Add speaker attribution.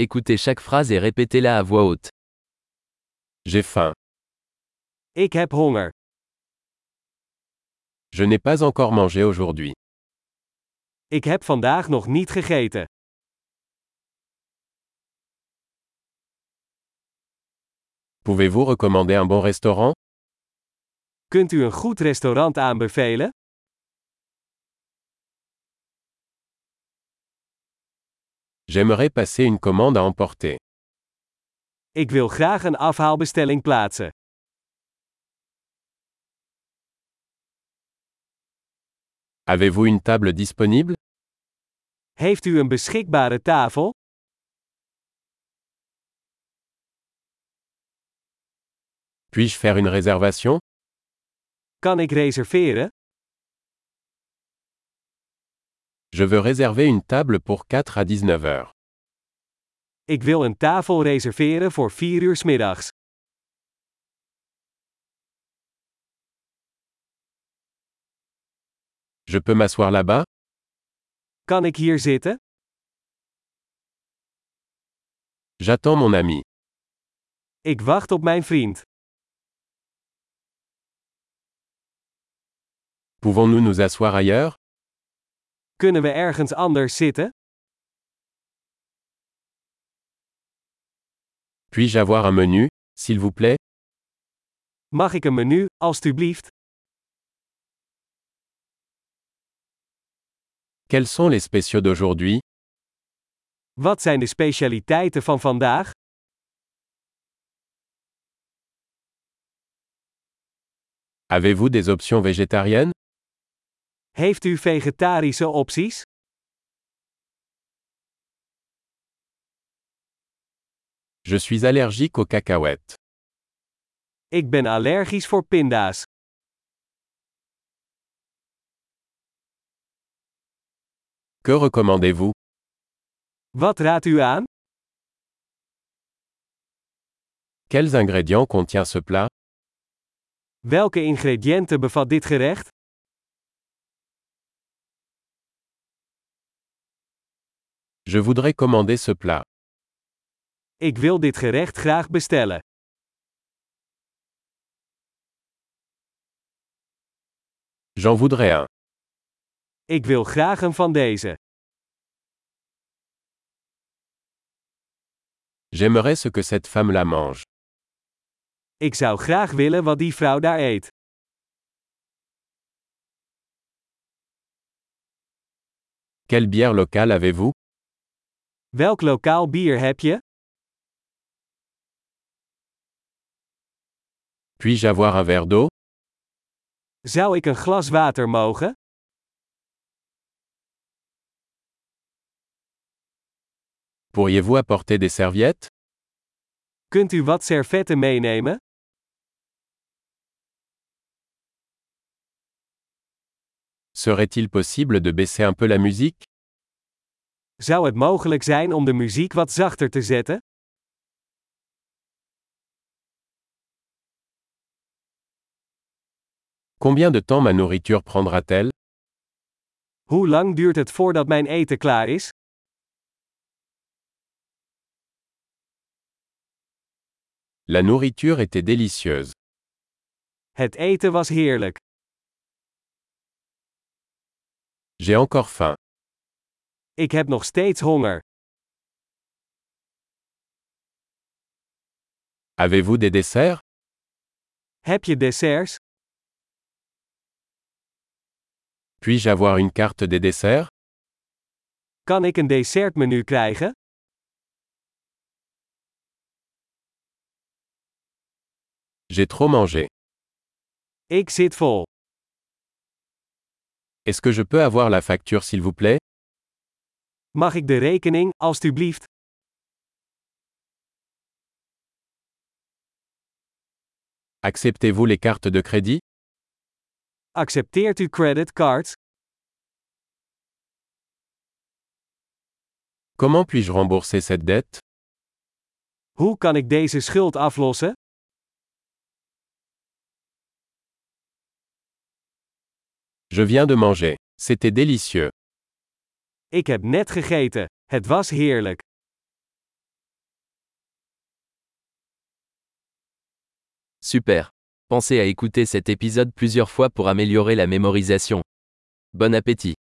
Speaker 1: Écoutez chaque phrase et répétez-la à voix haute.
Speaker 2: J'ai faim.
Speaker 3: Ik heb honger.
Speaker 2: Je n'ai pas encore mangé aujourd'hui.
Speaker 3: Ik heb vandaag nog niet gegeten.
Speaker 2: Pouvez-vous recommander un bon restaurant
Speaker 3: Kunt u een goed restaurant aanbevelen?
Speaker 2: J'aimerais passer une commande à emporter.
Speaker 3: Ik wil graag een afhaalbestelling plaatsen.
Speaker 2: Avez-vous une table disponible
Speaker 3: Heeft u een beschikbare tafel?
Speaker 2: Puis-je faire une réservation
Speaker 3: Kan ik reserveren?
Speaker 2: Je veux réserver une table pour 4 à 19 heures.
Speaker 3: Ik wil een tafel reserveren voor 4 uur 's middags.
Speaker 2: Je peux m'asseoir là-bas
Speaker 3: Kan ik hier zitten?
Speaker 2: J'attends mon ami.
Speaker 3: Ik wacht op mijn vriend.
Speaker 2: Pouvons-nous nous asseoir ailleurs
Speaker 3: Kunnen we ergens anders zitten?
Speaker 2: Puis-je avoir un menu, s'il vous plaît
Speaker 3: Mag ik een menu, alstublieft?
Speaker 2: Quels sont les spéciaux d'aujourd'hui
Speaker 3: Wat zijn de specialiteiten van vandaag?
Speaker 2: Avez-vous des options végétariennes
Speaker 3: Heeft u vegetarische opties?
Speaker 2: Je suis allergique aux cacahuètes.
Speaker 3: Ik ben allergisch voor pinda's.
Speaker 2: Que recommandez-vous
Speaker 3: Wat raadt u aan?
Speaker 2: Quels ingrédients contient ce plat
Speaker 3: Welke ingrediënten bevat dit gerecht?
Speaker 2: Je voudrais commander ce plat.
Speaker 3: Ik wil dit gerecht graag bestellen.
Speaker 2: J'en voudrais un.
Speaker 3: Ik wil graag een van deze.
Speaker 2: J'aimerais ce que cette femme la mange.
Speaker 3: Ik zou graag willen wat die vrouw daar eet.
Speaker 2: Quelle bière locale avez-vous
Speaker 3: Welk lokaal bier heb je?
Speaker 2: Puis-je avoir un verre d'eau
Speaker 3: Zou ik een glas water mogen?
Speaker 2: Pourriez-vous apporter des serviettes
Speaker 3: Kunt u wat servetten meenemen?
Speaker 2: Serait-il possible de baisser un peu la musique
Speaker 3: Zou het mogelijk zijn om de muziek wat zachter te zetten?
Speaker 2: Combien de temps ma nourriture prendra-t-elle
Speaker 3: Hoe lang duurt het voordat mijn eten klaar is?
Speaker 2: La nourriture était délicieuse.
Speaker 3: Het eten was heerlijk.
Speaker 2: J'ai encore faim.
Speaker 3: Ik heb nog steeds honger.
Speaker 2: Avez-vous des desserts
Speaker 3: Heb je desserts?
Speaker 2: Puis-je avoir une carte des desserts
Speaker 3: Kan ik een dessertmenu krijgen?
Speaker 2: J'ai trop mangé.
Speaker 3: Ik zit vol.
Speaker 2: Est-ce que je peux avoir la facture s'il vous plaît
Speaker 3: Mag ik de rekening, alstublieft?
Speaker 2: Acceptez-vous les cartes de crédit
Speaker 3: Accepteert u creditcards?
Speaker 2: Comment puis-je rembourser cette dette
Speaker 3: Hoe kan ik deze schuld aflossen?
Speaker 2: Je viens de manger. C'était délicieux.
Speaker 3: Ik heb net gegeten. Het was heerlijk.
Speaker 2: Super. Pensez à écouter cet épisode plusieurs fois pour améliorer la mémorisation. Bon appétit.